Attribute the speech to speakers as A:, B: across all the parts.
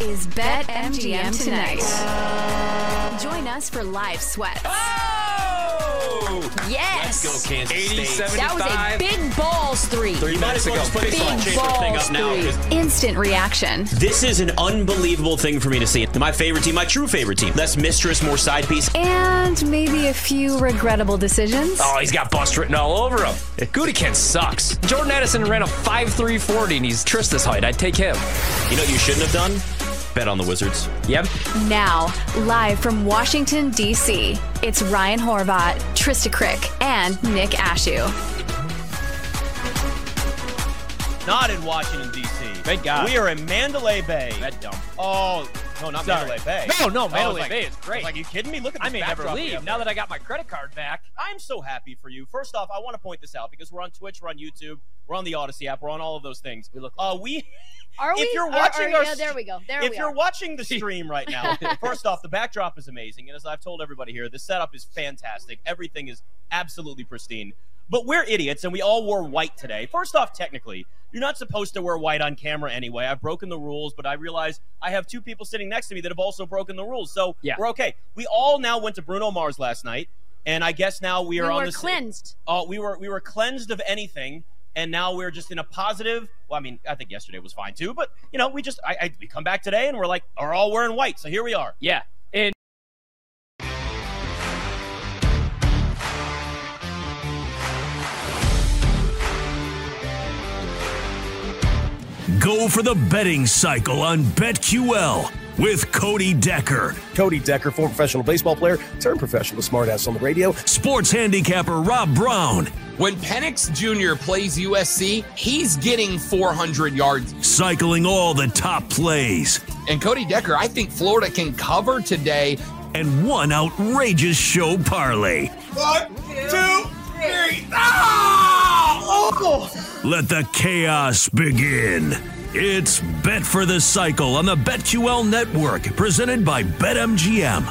A: is BetMGM Tonight. Join us for live sweats.
B: Oh!
A: Yes!
C: Let's go, Kansas State.
B: 87
A: That was a
B: 75.
A: big balls three.
C: Three
B: You might
C: minutes
B: as well
C: ago.
B: just put
C: Put
B: this
C: this
B: on
C: Chaser
B: balls
C: thing up now
B: three.
C: 'cause
A: Instant reaction.
C: This is an unbelievable thing for me to see. My favorite team, my true favorite team. Less mistress, more side piece.
A: And maybe a few regrettable decisions.
B: Oh, he's got bust written all over him. Gudikin sucks. Jordan Addison ran a 5'340 and he's Trista's height. I'd take him.
C: You know what you shouldn't have done? Bet on the Wizards.
B: Yep.
A: Now, live from Washington, D.C., it's Ryan Horvat, Trista Crick, and Nick Ashew.
D: Not in Washington, D.C.
B: Thank God.
D: We are in Mandalay Bay.
B: dumb.
D: Oh, no, not
B: Sorry.
D: Mandalay Bay. Oh,
B: No, no,
D: I was
B: Mandalay
D: like-
B: Bay is
D: I
B: great.
D: was like, you kidding me? Look at this
B: I may never
D: backdrop we
B: leave
D: have
B: now
D: there.
B: that I got my credit card back.
D: I'm so happy for you. First off, I want to point this out because we're on Twitch, we're on YouTube, we're on the Odyssey app, we're on all of those things.
B: We look
D: Uh, we,
E: Are we?
D: if you're
E: Are-
D: watching
E: are-
D: our,
E: yeah, there we go. There
D: if
E: we
D: you're
E: are.
D: watching the stream right now, first off, the backdrop is amazing, and as I've told everybody here, the setup is fantastic. Everything is absolutely pristine. But we're idiots, and we all wore white today. First off, technically, you're not supposed to wear white on camera anyway. I've broken the rules, but I realize I have two people sitting next to me that have also broken the rules, so
B: Yeah.
D: we're okay. We all now went to Bruno Mars last night, and I guess now we
E: we
D: are on
E: were
D: the same-
E: cleansed.
D: uh, we were we were cleansed of anything, and now we're just in a positive. Well, I mean, I think yesterday was fine too, but you know, we just I, I we come back today and we're like, are all wearing white, so here we are.
B: Yeah. And
F: Go for the betting cycle on BetQL with Cody Decker,
G: Cody Decker, former professional baseball player, turned professional smartass on the radio.
F: sports handicapper Rob Brown,
H: When Penix Jr. plays USC, he's getting 400 yards.
F: cycling all the top plays,
H: And Cody Decker, I think Florida can cover today.
F: and one outrageous show parlay.
H: One, two, three. Ah!
F: Let the chaos begin. It's Bet for the Cycle on the BetQL network, presented by BetMGM.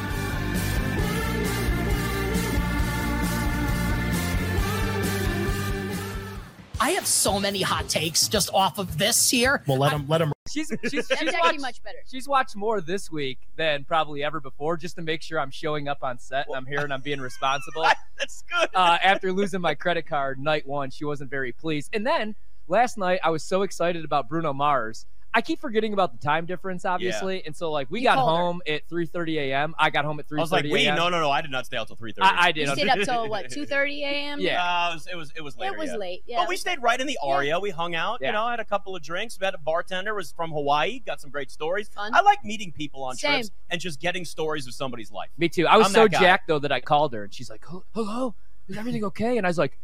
I: I have so many hot takes just off of this here.
G: Well, let him let him
B: she's she's,
E: That's
B: she's
E: actually
B: watched
E: much better.
B: she's watched more this week than probably ever before, just to make sure I'm showing up on set and I'm here and I'm being responsible.
D: That's good.
B: uh, after losing my credit card night one, she wasn't very pleased. And then last night, I was so excited about Bruno Mars. I keep forgetting about the time difference, obviously, and so like we
E: You
B: got
E: called her.
B: home at 3:30 a.m. I got home at 3:30
D: I was like, we
B: a.m.
D: no no no, I did not stay out till three thirty. Uh,
B: I, I did.
E: You stayed up till what? 2:30 a.m.
B: Yeah.
D: it was it was it was later.
E: It was
D: yeah.
E: late. Yeah.
D: But we stayed right in the Aria. We hung out,
B: Yeah.
D: you know, had a couple of drinks. We had a bartender was from Hawaii, got some great stories.
E: Fun.
D: I like meeting people on
E: Same.
D: trips and just getting stories of somebody's life.
B: Me too. I was
D: I'm
B: so
D: that guy.
B: jacked though that I called her and she's like, "Hel- "Hello, is everything okay?" And I was like,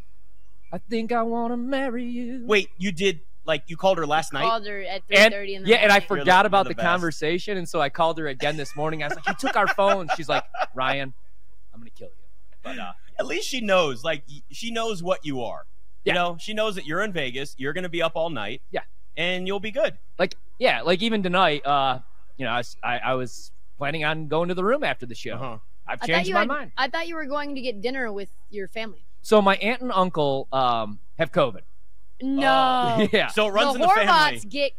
B: "I think I want to marry you."
D: Wait, you did like you called her last night?
E: called her at 3:30
B: And,
E: in the
B: yeah, and I
E: morning.
B: forgot
D: the-
B: about
D: you're
B: the,
D: the best.
B: conversation, and so I called her again this morning. I was like, "You took our phone." She's like, "Ryan, I'm gonna kill you."
D: But uh, at least she knows, like, y- she knows what you are.
B: Yeah.
D: You know, she knows that you're in Vegas, you're going to be up all night.
B: Yeah.
D: And you'll be good.
B: like yeah like even tonight uh you know i s- I- I was planning on going to the room after the
D: Uh-huh.
B: show i've
E: I thought
B: changed
E: you
B: my
E: had,
B: mind
E: I thought you were going to get dinner with your family.
B: so my aunt and uncle um have covid Oh.
E: No.
B: yeah
D: So it runs in
E: the
D: the
E: Horvats
D: family.
E: get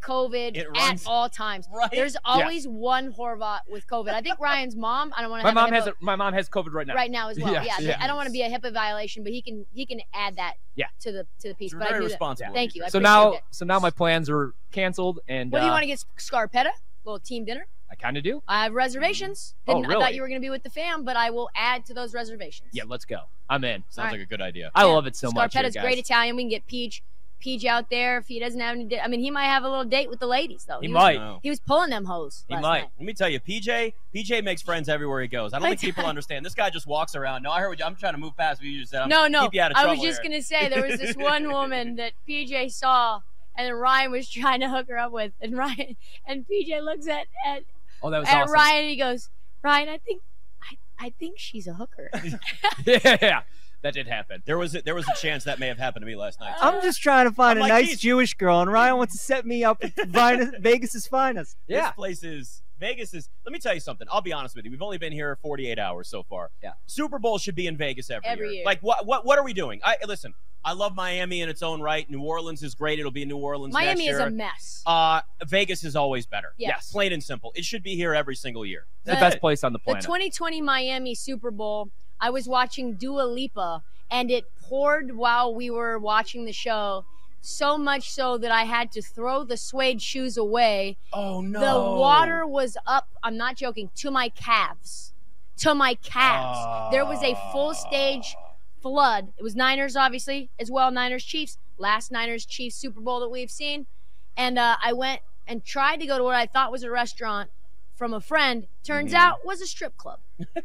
D: It
E: COVID at
D: runs-
E: all times.
D: Right?
E: There's always one Horvat with COVID. I think Ryan's mom. I don't want to.
B: my mom
E: hippo,
B: has a, my mom has covid right now
E: right now as well.
B: Yeah,
E: Yeah.
B: yeah.
E: I don't want to be a HIPAA violation, but he can he can add that.
B: Yeah.
E: To the to the piece.
D: You're
E: but I
D: very
E: knew that.
D: responsible.
E: Thank you. I
B: so
E: appreciate
B: now
E: that.
B: so now my plans are canceled and
E: What do you
B: uh,
E: want to get? Scarpetta? Little team dinner?
B: i kind of do
E: I have Uh, reservations.
B: Oh,
E: Didn't, I
B: really?
E: thought you were going to be with the fam, but I will add to those reservations.
B: yeah let's go i'm in
D: Sounds
E: All right.
D: like a good idea.
B: i
E: Yeah.
B: love it so much here,
E: Scarpetta's
B: guys.
E: great Italian. We can get Peach, Peach out there if he doesn't have any. da- I mean, he might have a little date with the ladies though.
B: he
E: was-
B: might
D: No.
E: He was pulling them hoes.
B: He
E: last
B: might.
E: night.
D: Let me tell you, PJ, PJ makes friends everywhere he goes. I don't think people understand. This guy just walks around. No, I heard what you, I'm trying to move past what you just said. I'm
E: No, no.
D: Keep you out of
E: I
D: trouble
E: was just
D: here.
E: gonna say there was this one woman that PJ saw, and then Ryan was trying to hook her up with, and Ryan and PJ looks at at,
B: oh that was
E: at
B: awesome
E: Ryan, and he goes, Ryan, I think. I, I think she's a hooker.
B: yeah that did happen
D: There was a, there was a chance that may have happened to me last
E: Oh,
D: night.
J: I'm just trying to find
D: I'm
J: a
D: like,
J: nice
D: "Geez."
J: Jewish girl, and Ryan wants to set me up with Vin- Vegas's finest.
B: yeah
D: This place is Vegas is. Let me tell you something. I'll be honest with you. We've only been here 48 hours so far.
B: Yeah.
D: Super Bowl should be in Vegas every,
E: Every year.
D: Like what what what are we doing? I listen. I love Miami in its own right. New Orleans is great. It'll be in New Orleans.
E: Miami
D: next
E: is
D: year.
E: a mess.
D: Uh, Vegas is always better.
E: Yes.
D: Plain and simple. It should be here every single year.
B: the best place on the
E: The
B: planet.
E: 2020 Miami Super Bowl, I was watching Dua Lipa, and it poured while we were watching the show. So much so that I had to throw the suede shoes away.
D: Oh no.
E: The water was up, I'm not joking, to my calves. To my calves. There was a
D: Ah.
E: full stage flood. It was Niners, obviously, as well, Niners Chiefs, last Niners Chiefs Super Bowl that we've seen. And uh, I went and tried to go to what I thought was a restaurant from a friend. Turns
D: Mm-hmm.
E: out was a strip club.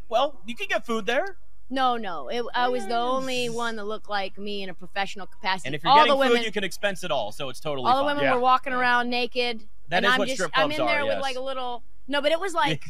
D: Well, you can get food there.
E: No, no. It, I was the only one that looked like me in a professional capacity.
D: And if you're
E: all
D: getting
E: the women,
D: food, you can expense it all. So it's totally
E: all the
D: fine.
E: women were walking around naked.
D: That
E: and
D: is
E: I'm
D: what
E: just,
D: strip
E: I'm
D: clubs
E: in there
D: are,
E: with
D: yes.
E: like a little. No, but it was like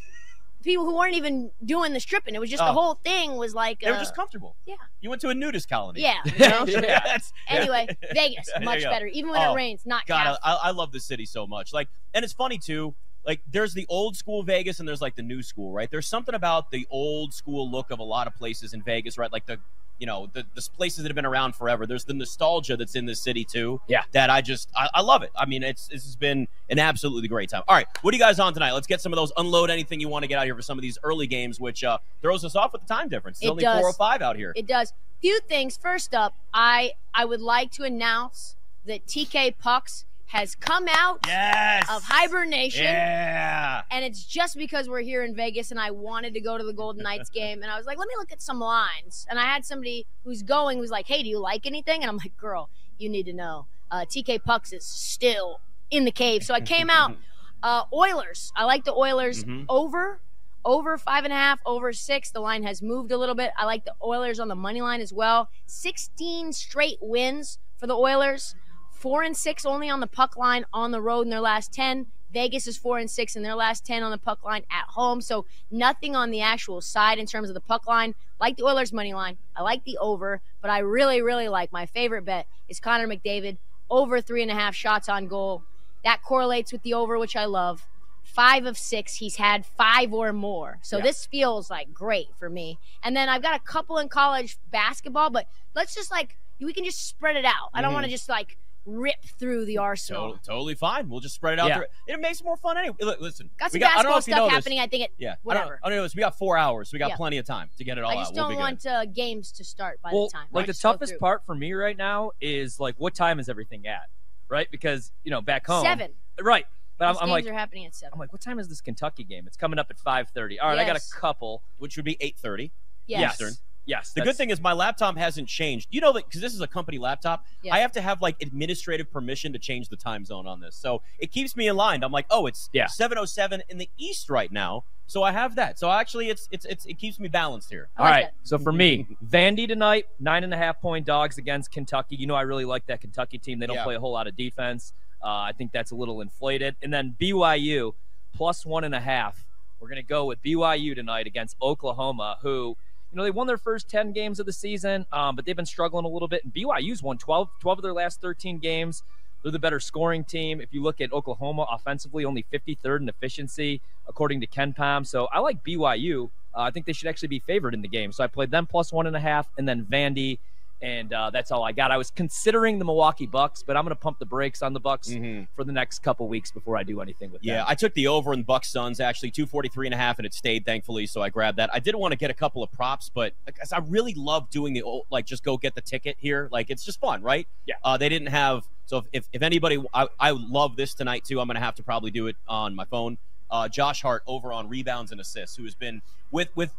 E: people who weren't even doing the stripping. It was just
D: Oh.
E: the whole thing was like.
D: They were
E: uh,
D: just comfortable.
E: yeah.
D: You went to a nudist colony.
E: yeah. you
D: yeah.
E: know?
D: that's-
E: Anyway, Vegas
D: There you
E: much
D: go.
E: better. Even when
D: Oh,
E: it rains, not
D: God,
E: Cali.
D: I, I love the city so much. Like, and it's funny too. Like, there's the old school Vegas and there's like the new school, right? There's something about the old school look of a lot of places in Vegas, right? Like the, you know, the, the places that have been around forever. There's the nostalgia that's in this city too.
B: Yeah.
D: That I just, I, I love it. I mean, it's this has been an absolutely great time. All right, what are you guys on tonight? Let's get some of those. Unload anything you want to get out here for some of these early games, which uh, throws us off with the time difference. It's
E: It
D: only
E: does.
D: 4:05 out here.
E: It does. Few things. First up, I I would like to announce that TK Pucks has come out
D: yes.
E: of hibernation.
D: Yeah.
E: and it's just because we're here in Vegas and I wanted to go to the Golden Knights game and I was like, let me look at some lines. And I had somebody who's going who's like, hey, do you like anything? And I'm like, girl, you need to know. Uh, TK Pucks is still in the cave. So I came out. Uh, Oilers. I like the Oilers
D: Mhm.
E: over, over five and a half, over six. The line has moved a little bit. I like the Oilers on the money line as well. 16 straight wins for the Oilers. Four and six only on the puck line on the road in their last 10. Vegas is four and six in their last 10 on the puck line at home. So nothing on the actual side in terms of the puck line. Like the Oilers money line. I like the over, but I really, really like my favorite bet is Connor McDavid over three and a half shots on goal. That correlates with the over, which I love. Five of six, he's had five or more. So this feels like great for me. And then I've got a couple in college basketball, but let's just like, we can just spread it out. I don't want to just like rip through the arsenal.
D: Totally, totally fine. We'll just spread it out.
B: Yeah.
D: Through. It makes it more fun anyway. Look, listen,
E: Got
D: we
E: some
D: got, I don't know
E: basketball
D: if you
E: stuff
D: know this.
E: happening. I think it.
D: Yeah, I don't, oh,
E: Whatever.
D: I don't know this. We got four hours. So we got
E: Yeah.
D: plenty of time to get it all
E: I
D: out.
E: just
D: we'll
E: don't
D: be
E: want uh, games to start by
B: well,
E: the time.
B: like
E: Let's
B: the
E: go
B: toughest
E: through.
B: part for me right now is like what time is everything at, right? Because you know back home.
E: Seven.
B: Right, but I'm,
E: These
B: I'm
E: games
B: like.
E: are happening at seven.
B: I'm like, what time is this Kentucky game? It's coming up at 5:30. All right, I got
E: Yes.
B: a couple.
D: good, which would be eight thirty.
E: yes.
D: Eastern.
B: Yes.
D: The good
B: that's-
D: thing is my laptop hasn't changed. You know that because this is a company laptop,
E: Yeah.
D: I have to have like administrative permission to change the time zone on this. So it keeps me in line. I'm like, oh, it's
B: Yeah.
D: 7:07 in the east right now. So I have that. So actually, it's it's, it's it keeps me balanced here.
E: I
B: All
E: like
B: right. So for me, Vandy tonight, nine and a half point dogs against Kentucky. You know, I really like that Kentucky team. They don't
D: Yeah.
B: play a whole lot of defense. Uh, I think that's a little inflated. And then BYU plus one and a half. We're gonna go with BYU tonight against Oklahoma, who. You know, they won their first 10 games of the season, um, but they've been struggling a little bit. And BYU's won 12, 12 of their last 13 games. They're the better scoring team. If you look at Oklahoma offensively, only 53rd in efficiency, according to Ken Palm. So I like BYU. Uh, I think they should actually be favored in the game. So I played them plus one and a half, and then Vandy, and uh, that's all I got. I was considering the Milwaukee Bucks, but I'm going to pump the brakes on the Bucks for the next couple weeks before I do anything with
D: Mm-hmm. Yeah,
B: them.
D: I took the over in the Bucks Suns actually 243 and a half and it stayed thankfully, so I grabbed that. I did want to get a couple of props, but because I really love doing the old like just go get the ticket here, like it's just fun, right?
B: Yeah.
D: Uh, they didn't have so if if, if anybody I, I love this tonight too. I'm gonna have to probably do it on my phone. Uh, Josh Hart over on rebounds and assists, who has been with with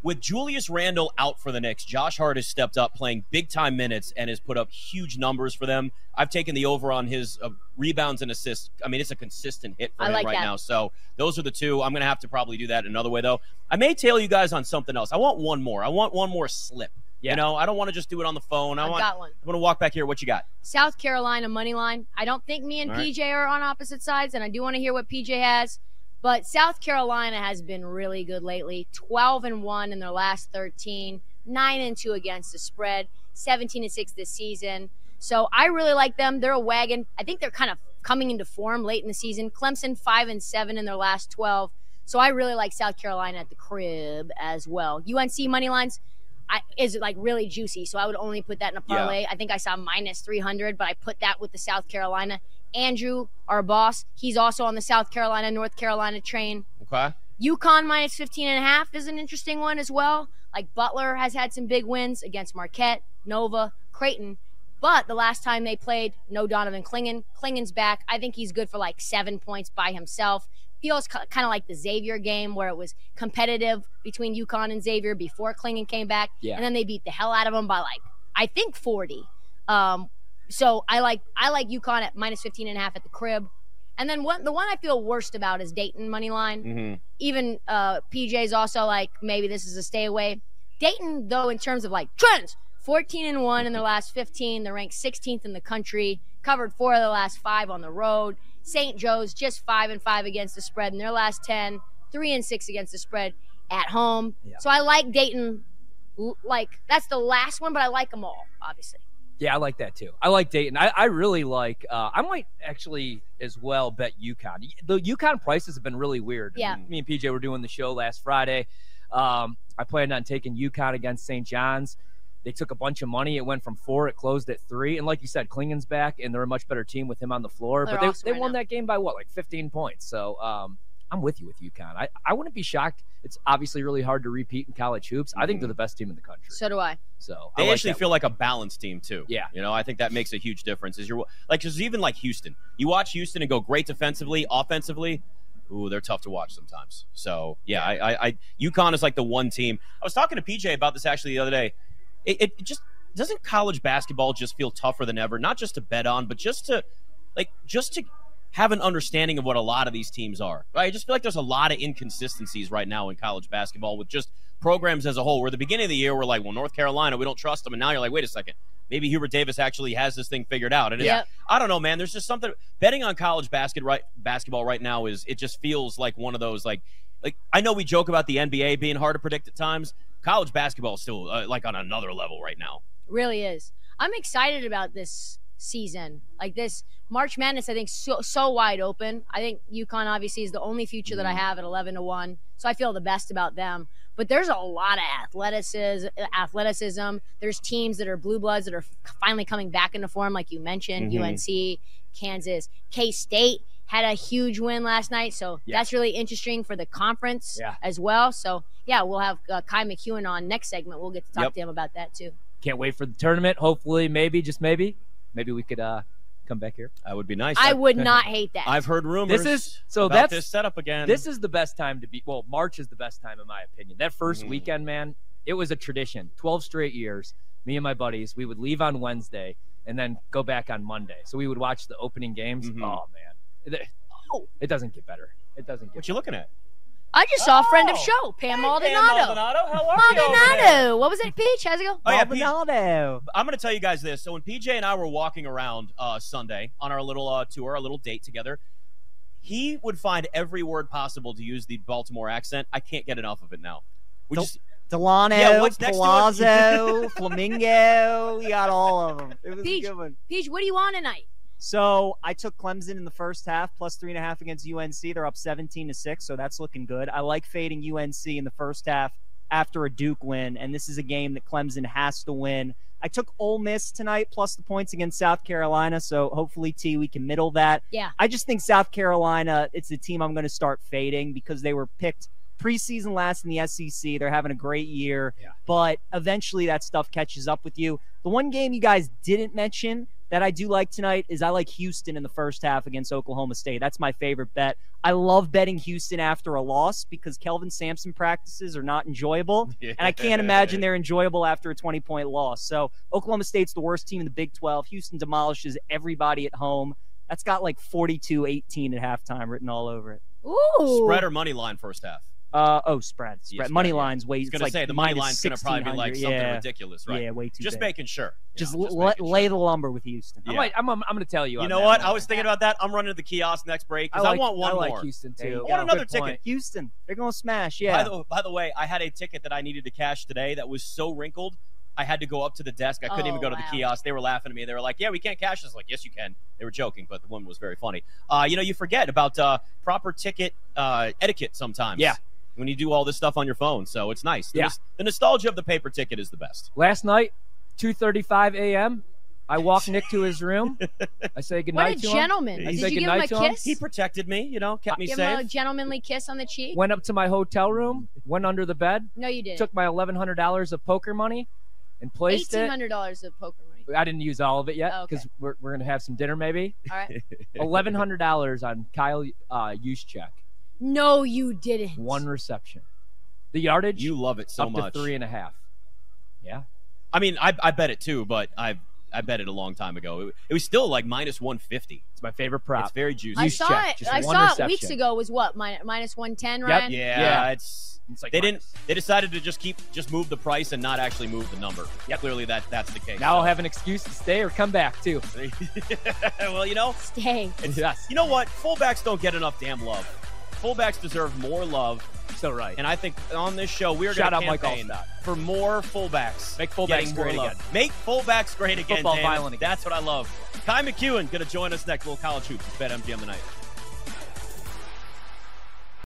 D: with Julius Randle out for the Knicks, Josh Hart has stepped up playing big time minutes and has put up huge numbers for them. I've taken the over on his uh, rebounds and assists. I mean, it's a consistent hit for
E: I
D: him
E: like
D: right
E: that.
D: now. So those are the two. I'm going to have to probably do that another way, though. I may tail you guys on something else. I want one more. I want one more slip.
B: Yeah.
D: You know, I don't want to just do it on the phone. I
E: I've
D: want.
E: got one.
D: I'm going to walk back here. What you got?
E: South Carolina money line. I don't think me and
D: All right.
E: PJ are on opposite sides, and I do want to hear what PJ has. But South Carolina has been really good lately. 12 and 1 in their last 13, 9 and 2 against the spread, 17 and 6 this season. So I really like them. They're a wagon. I think they're kind of coming into form late in the season. Clemson 5 and 7 in their last 12. So I really like South Carolina at the crib as well. UNC money lines. I, is it like really juicy? So I would only put that in a
D: Yeah.
E: parlay. I think I saw minus 300, but I put that with the South Carolina. Andrew, our boss, he's also on the South Carolina, North Carolina train.
D: Okay.
E: UConn minus 15 and a half is an interesting one as well. Like Butler has had some big wins against Marquette, Nova, Creighton. But the last time they played, no Donovan Klingon. Klingon's back. I think he's good for like seven points by himself. Feels kind of like the Xavier game where it was competitive between UConn and Xavier before Klingon came back.
B: Yeah.
E: And then they beat the hell out of them by like, I think 40. Um, so I like I like UConn at minus 15 and a half at the crib. And then one, the one I feel worst about is Dayton money line
D: Mm-hmm.
E: even uh, PJ's also like maybe this is a stay away. Dayton though, in terms of like trends, 14 and one in their last 15. They're ranked 16th in the country. Covered four of the last five on the road. St. Joe's just five and five against the spread in their last 10. Three and six against the spread at home. So I like Dayton. l- Like that's the last one, but I like them all, obviously.
B: Yeah, I like that too. I like Dayton. I, I really like. Uh, I might actually as well bet UConn. The UConn prices have been really weird.
E: Yeah.
B: Me and PJ were doing the show last Friday. Um, I planned on taking UConn against St. John's. They took a bunch of money. It went from four. It closed at three. And like you said, Klingon's back, and they're a much better team with him on the floor.
E: They're
B: but they,
E: awesome
B: they
E: right
B: won
E: now.
B: that game by what, like 15 points? So um, I'm with you with UConn. I, I wouldn't be shocked. It's obviously really hard to repeat in college hoops. I think they're the best team in the country. So,
E: Mm-hmm. So do I.
B: I
D: They
B: like
D: actually
B: that
D: feel like a balanced team too.
B: Yeah.
D: you know, I think that makes a huge difference. Is you're like, just even like Houston. You watch Houston and go great defensively, offensively. Ooh, they're tough to watch sometimes. So yeah, I, I, I UConn is like the one team. I was talking to PJ about this actually the other day. It, it just doesn't college basketball just feel tougher than ever. Not just to bet on, but just to like just to have an understanding of what a lot of these teams are. Right? I just feel like there's a lot of inconsistencies right now in college basketball with just programs as a whole. Where at the beginning of the year we're like, well, North Carolina, we don't trust them, and now you're like, wait a second, maybe Hubert Davis actually has this thing figured out. And it's,
E: Yep.
D: I don't know, man. There's just something betting on college basket right basketball right now is it just feels like one of those like like I know we joke about the NBA being hard to predict at times. College basketball is still uh, like on another level right now.
E: really is. I'm excited about this season. Like this March Madness, I think so so wide open. I think UConn obviously is the only future that I
B: Mm-hmm.
E: have at 11 to one, so I feel the best about them. But there's a lot of athleticism. Athleticism. There's teams that are blue bloods that are finally coming back into form, like you mentioned,
B: Mm-hmm.
E: UNC, Kansas, K State had a huge win last night, so
B: Yeah.
E: that's really interesting for the conference
B: Yeah.
E: as well. So yeah, we'll have uh, Kai McEwen on next segment. We'll get to talk
D: Yep.
E: to him about that too.
B: Can't wait for the tournament. Hopefully, maybe, just maybe, maybe we could uh come back here.
D: That would be nice.
E: I
D: I've-
E: would not hate that.
D: I've heard rumors.
B: is- so
D: about
B: that's-
D: this setup again.
B: This is the best time to be. Well, March is the best time in my opinion. That 1st
D: Mhm.
B: weekend, man, it was a tradition. Twelve straight years. Me and my buddies, we would leave on Wednesday and then go back on Monday. So we would watch the opening games.
D: Mhm.
B: Oh man, it,
E: Oh.
B: it doesn't get better. It doesn't get.
D: what you looking at?
E: I just saw a friend of
D: Oh.
E: show, Pam
D: Hey, Pam
E: Maldonado.
D: Maldonado, how are you? over there?
E: Maldonado. What was it, Peach? How's it going?
D: Oh yeah, P-
J: Maldonado.
D: I'm gonna tell you guys this. So when PJ and I were walking around uh, Sunday on our little uh, tour, our little date together, he would find every word possible to use the Baltimore accent. I can't get enough of it now. We
J: Don't-
D: just
J: Delano,
D: Yeah, what's next to us?
J: Palazzo, Flamingo. You got all of them. It was
E: Peach.
J: a good one.
E: Peach, what do you want tonight?
J: So I took Clemson in the first half, plus three and a half against UNC. They're up 17 to six, so that's looking good. I like fading UNC in the first half after a Duke win, and this is a game that Clemson has to win. I took Ole Miss tonight, plus the points against South Carolina, so hopefully T we can middle that.
E: Yeah.
J: I just think South Carolina, it's the team I'm going to start fading because they were picked preseason last in the SEC. They're having a great year,
B: Yeah.
J: but eventually that stuff catches up with you. The one game you guys didn't mention that I do like tonight is I like Houston in the first half against Oklahoma State. That's my favorite bet. I love betting Houston after a loss because Kelvin Sampson practices are not enjoyable. And I can't imagine they're enjoyable after a 20 point loss. So Oklahoma State's the worst team in the Big 12. Houston demolishes everybody at home. That's got like 42 18 at halftime written all over it.
E: Ooh.
D: spread or money line first half.
J: Uh, oh, spread. Spread.
D: Yeah, spread,
J: money
D: yeah.
J: line's
D: I
J: way.
D: was
J: it's
D: gonna
J: like
D: say the money
J: minus
D: line's gonna probably be like
J: 1600.
D: something
J: yeah.
D: ridiculous, right?
J: Yeah, way too
D: just
J: big.
D: making sure. You
J: just,
D: know,
J: l-
D: making
J: lay
D: sure.
J: the lumber with Houston.
B: I
D: Yeah.
B: might, I'm, I'm, I'm going to tell you. uh,
D: You
B: on
D: know
B: that
D: what?
B: one.
D: I was thinking about that. I'm running to the kiosk next break
B: I,
D: because I,
B: like-
D: want one
B: I like
D: more.
B: Houston
J: There you
B: too.
J: go.
D: I want another
B: Good
D: ticket.
B: point.
J: Houston, they're gonna smash. Yeah.
D: By the, by the way, I had a ticket that I needed to cash today that was so wrinkled, I had to go up to the desk. I couldn't
E: Oh,
D: even go to
E: wow.
D: the kiosk. They were laughing at me. They were like, "Yeah, we can't cash this." I was like, "Yes, you can." They were joking, but the woman was very funny. Uh, you know, you forget about uh, proper ticket uh, etiquette sometimes.
B: Yeah.
D: when you do all this stuff on your phone. So it's nice. The
B: Yeah.
D: nos- the nostalgia of the paper ticket is the best.
B: Last night, 2:35 a.m., I walked Nick to his room. I say
E: What
B: goodnight
E: a
B: to him.
E: gentleman.
B: I
E: Did
B: say
E: you give him
B: goodnight
E: a
B: to him.
E: kiss?
D: He protected me, you know, kept me
E: give him a
D: safe.
E: gentlemanly kiss on the cheek?
B: Went up to my hotel room, went under the bed,
E: no, you didn't.
B: took my $1,100 of poker money, and placed
E: Eighteen
B: it.
E: hundred dollars of poker money.
B: I didn't use all of it yet
E: Oh, okay.
B: because we're, we're gonna have some dinner maybe.
E: All right.
B: Eleven hundred dollars on Kyle uh, Juszczyk.
E: No, you didn't.
B: One reception. The yardage
D: you love it so
B: up
D: much.
B: to three and a half. Yeah.
D: I mean, I, I bet it too, but I I bet it a long time ago. It, it was still like minus 150.
B: It's my favorite
D: It's
B: prop.
D: very juicy.
E: I
B: Use
E: saw
B: check,
E: it.
B: just
E: I
B: one
E: saw it
B: reception.
E: weeks ago. Was what minus minus one ten,
B: Yep.
E: Ryan?
D: yeah,
B: Yeah.
D: it's
B: It's like
D: they didn't they decided to just keep just move the price and not actually move the number. Yeah, clearly that that's the case.
B: Now I'll have an excuse to stay or come back too.
D: So- well, you know,
E: Stay.
B: Yes.
D: you know what? Fullbacks don't get enough damn love. Fullbacks deserve more love,
B: So right.
D: and I think on this show we are
B: Shout
D: going
B: out
D: to
B: Mike
D: campaign
B: Allstott.
D: for more fullbacks.
B: Make fullbacks
D: getting more
B: great
D: love.
B: again.
D: Make fullbacks great again.
B: Football
D: damn it.
B: violent again.
D: That's what I love. Kai McEwen going to join us next. Little college hoops. It's BetMGM tonight.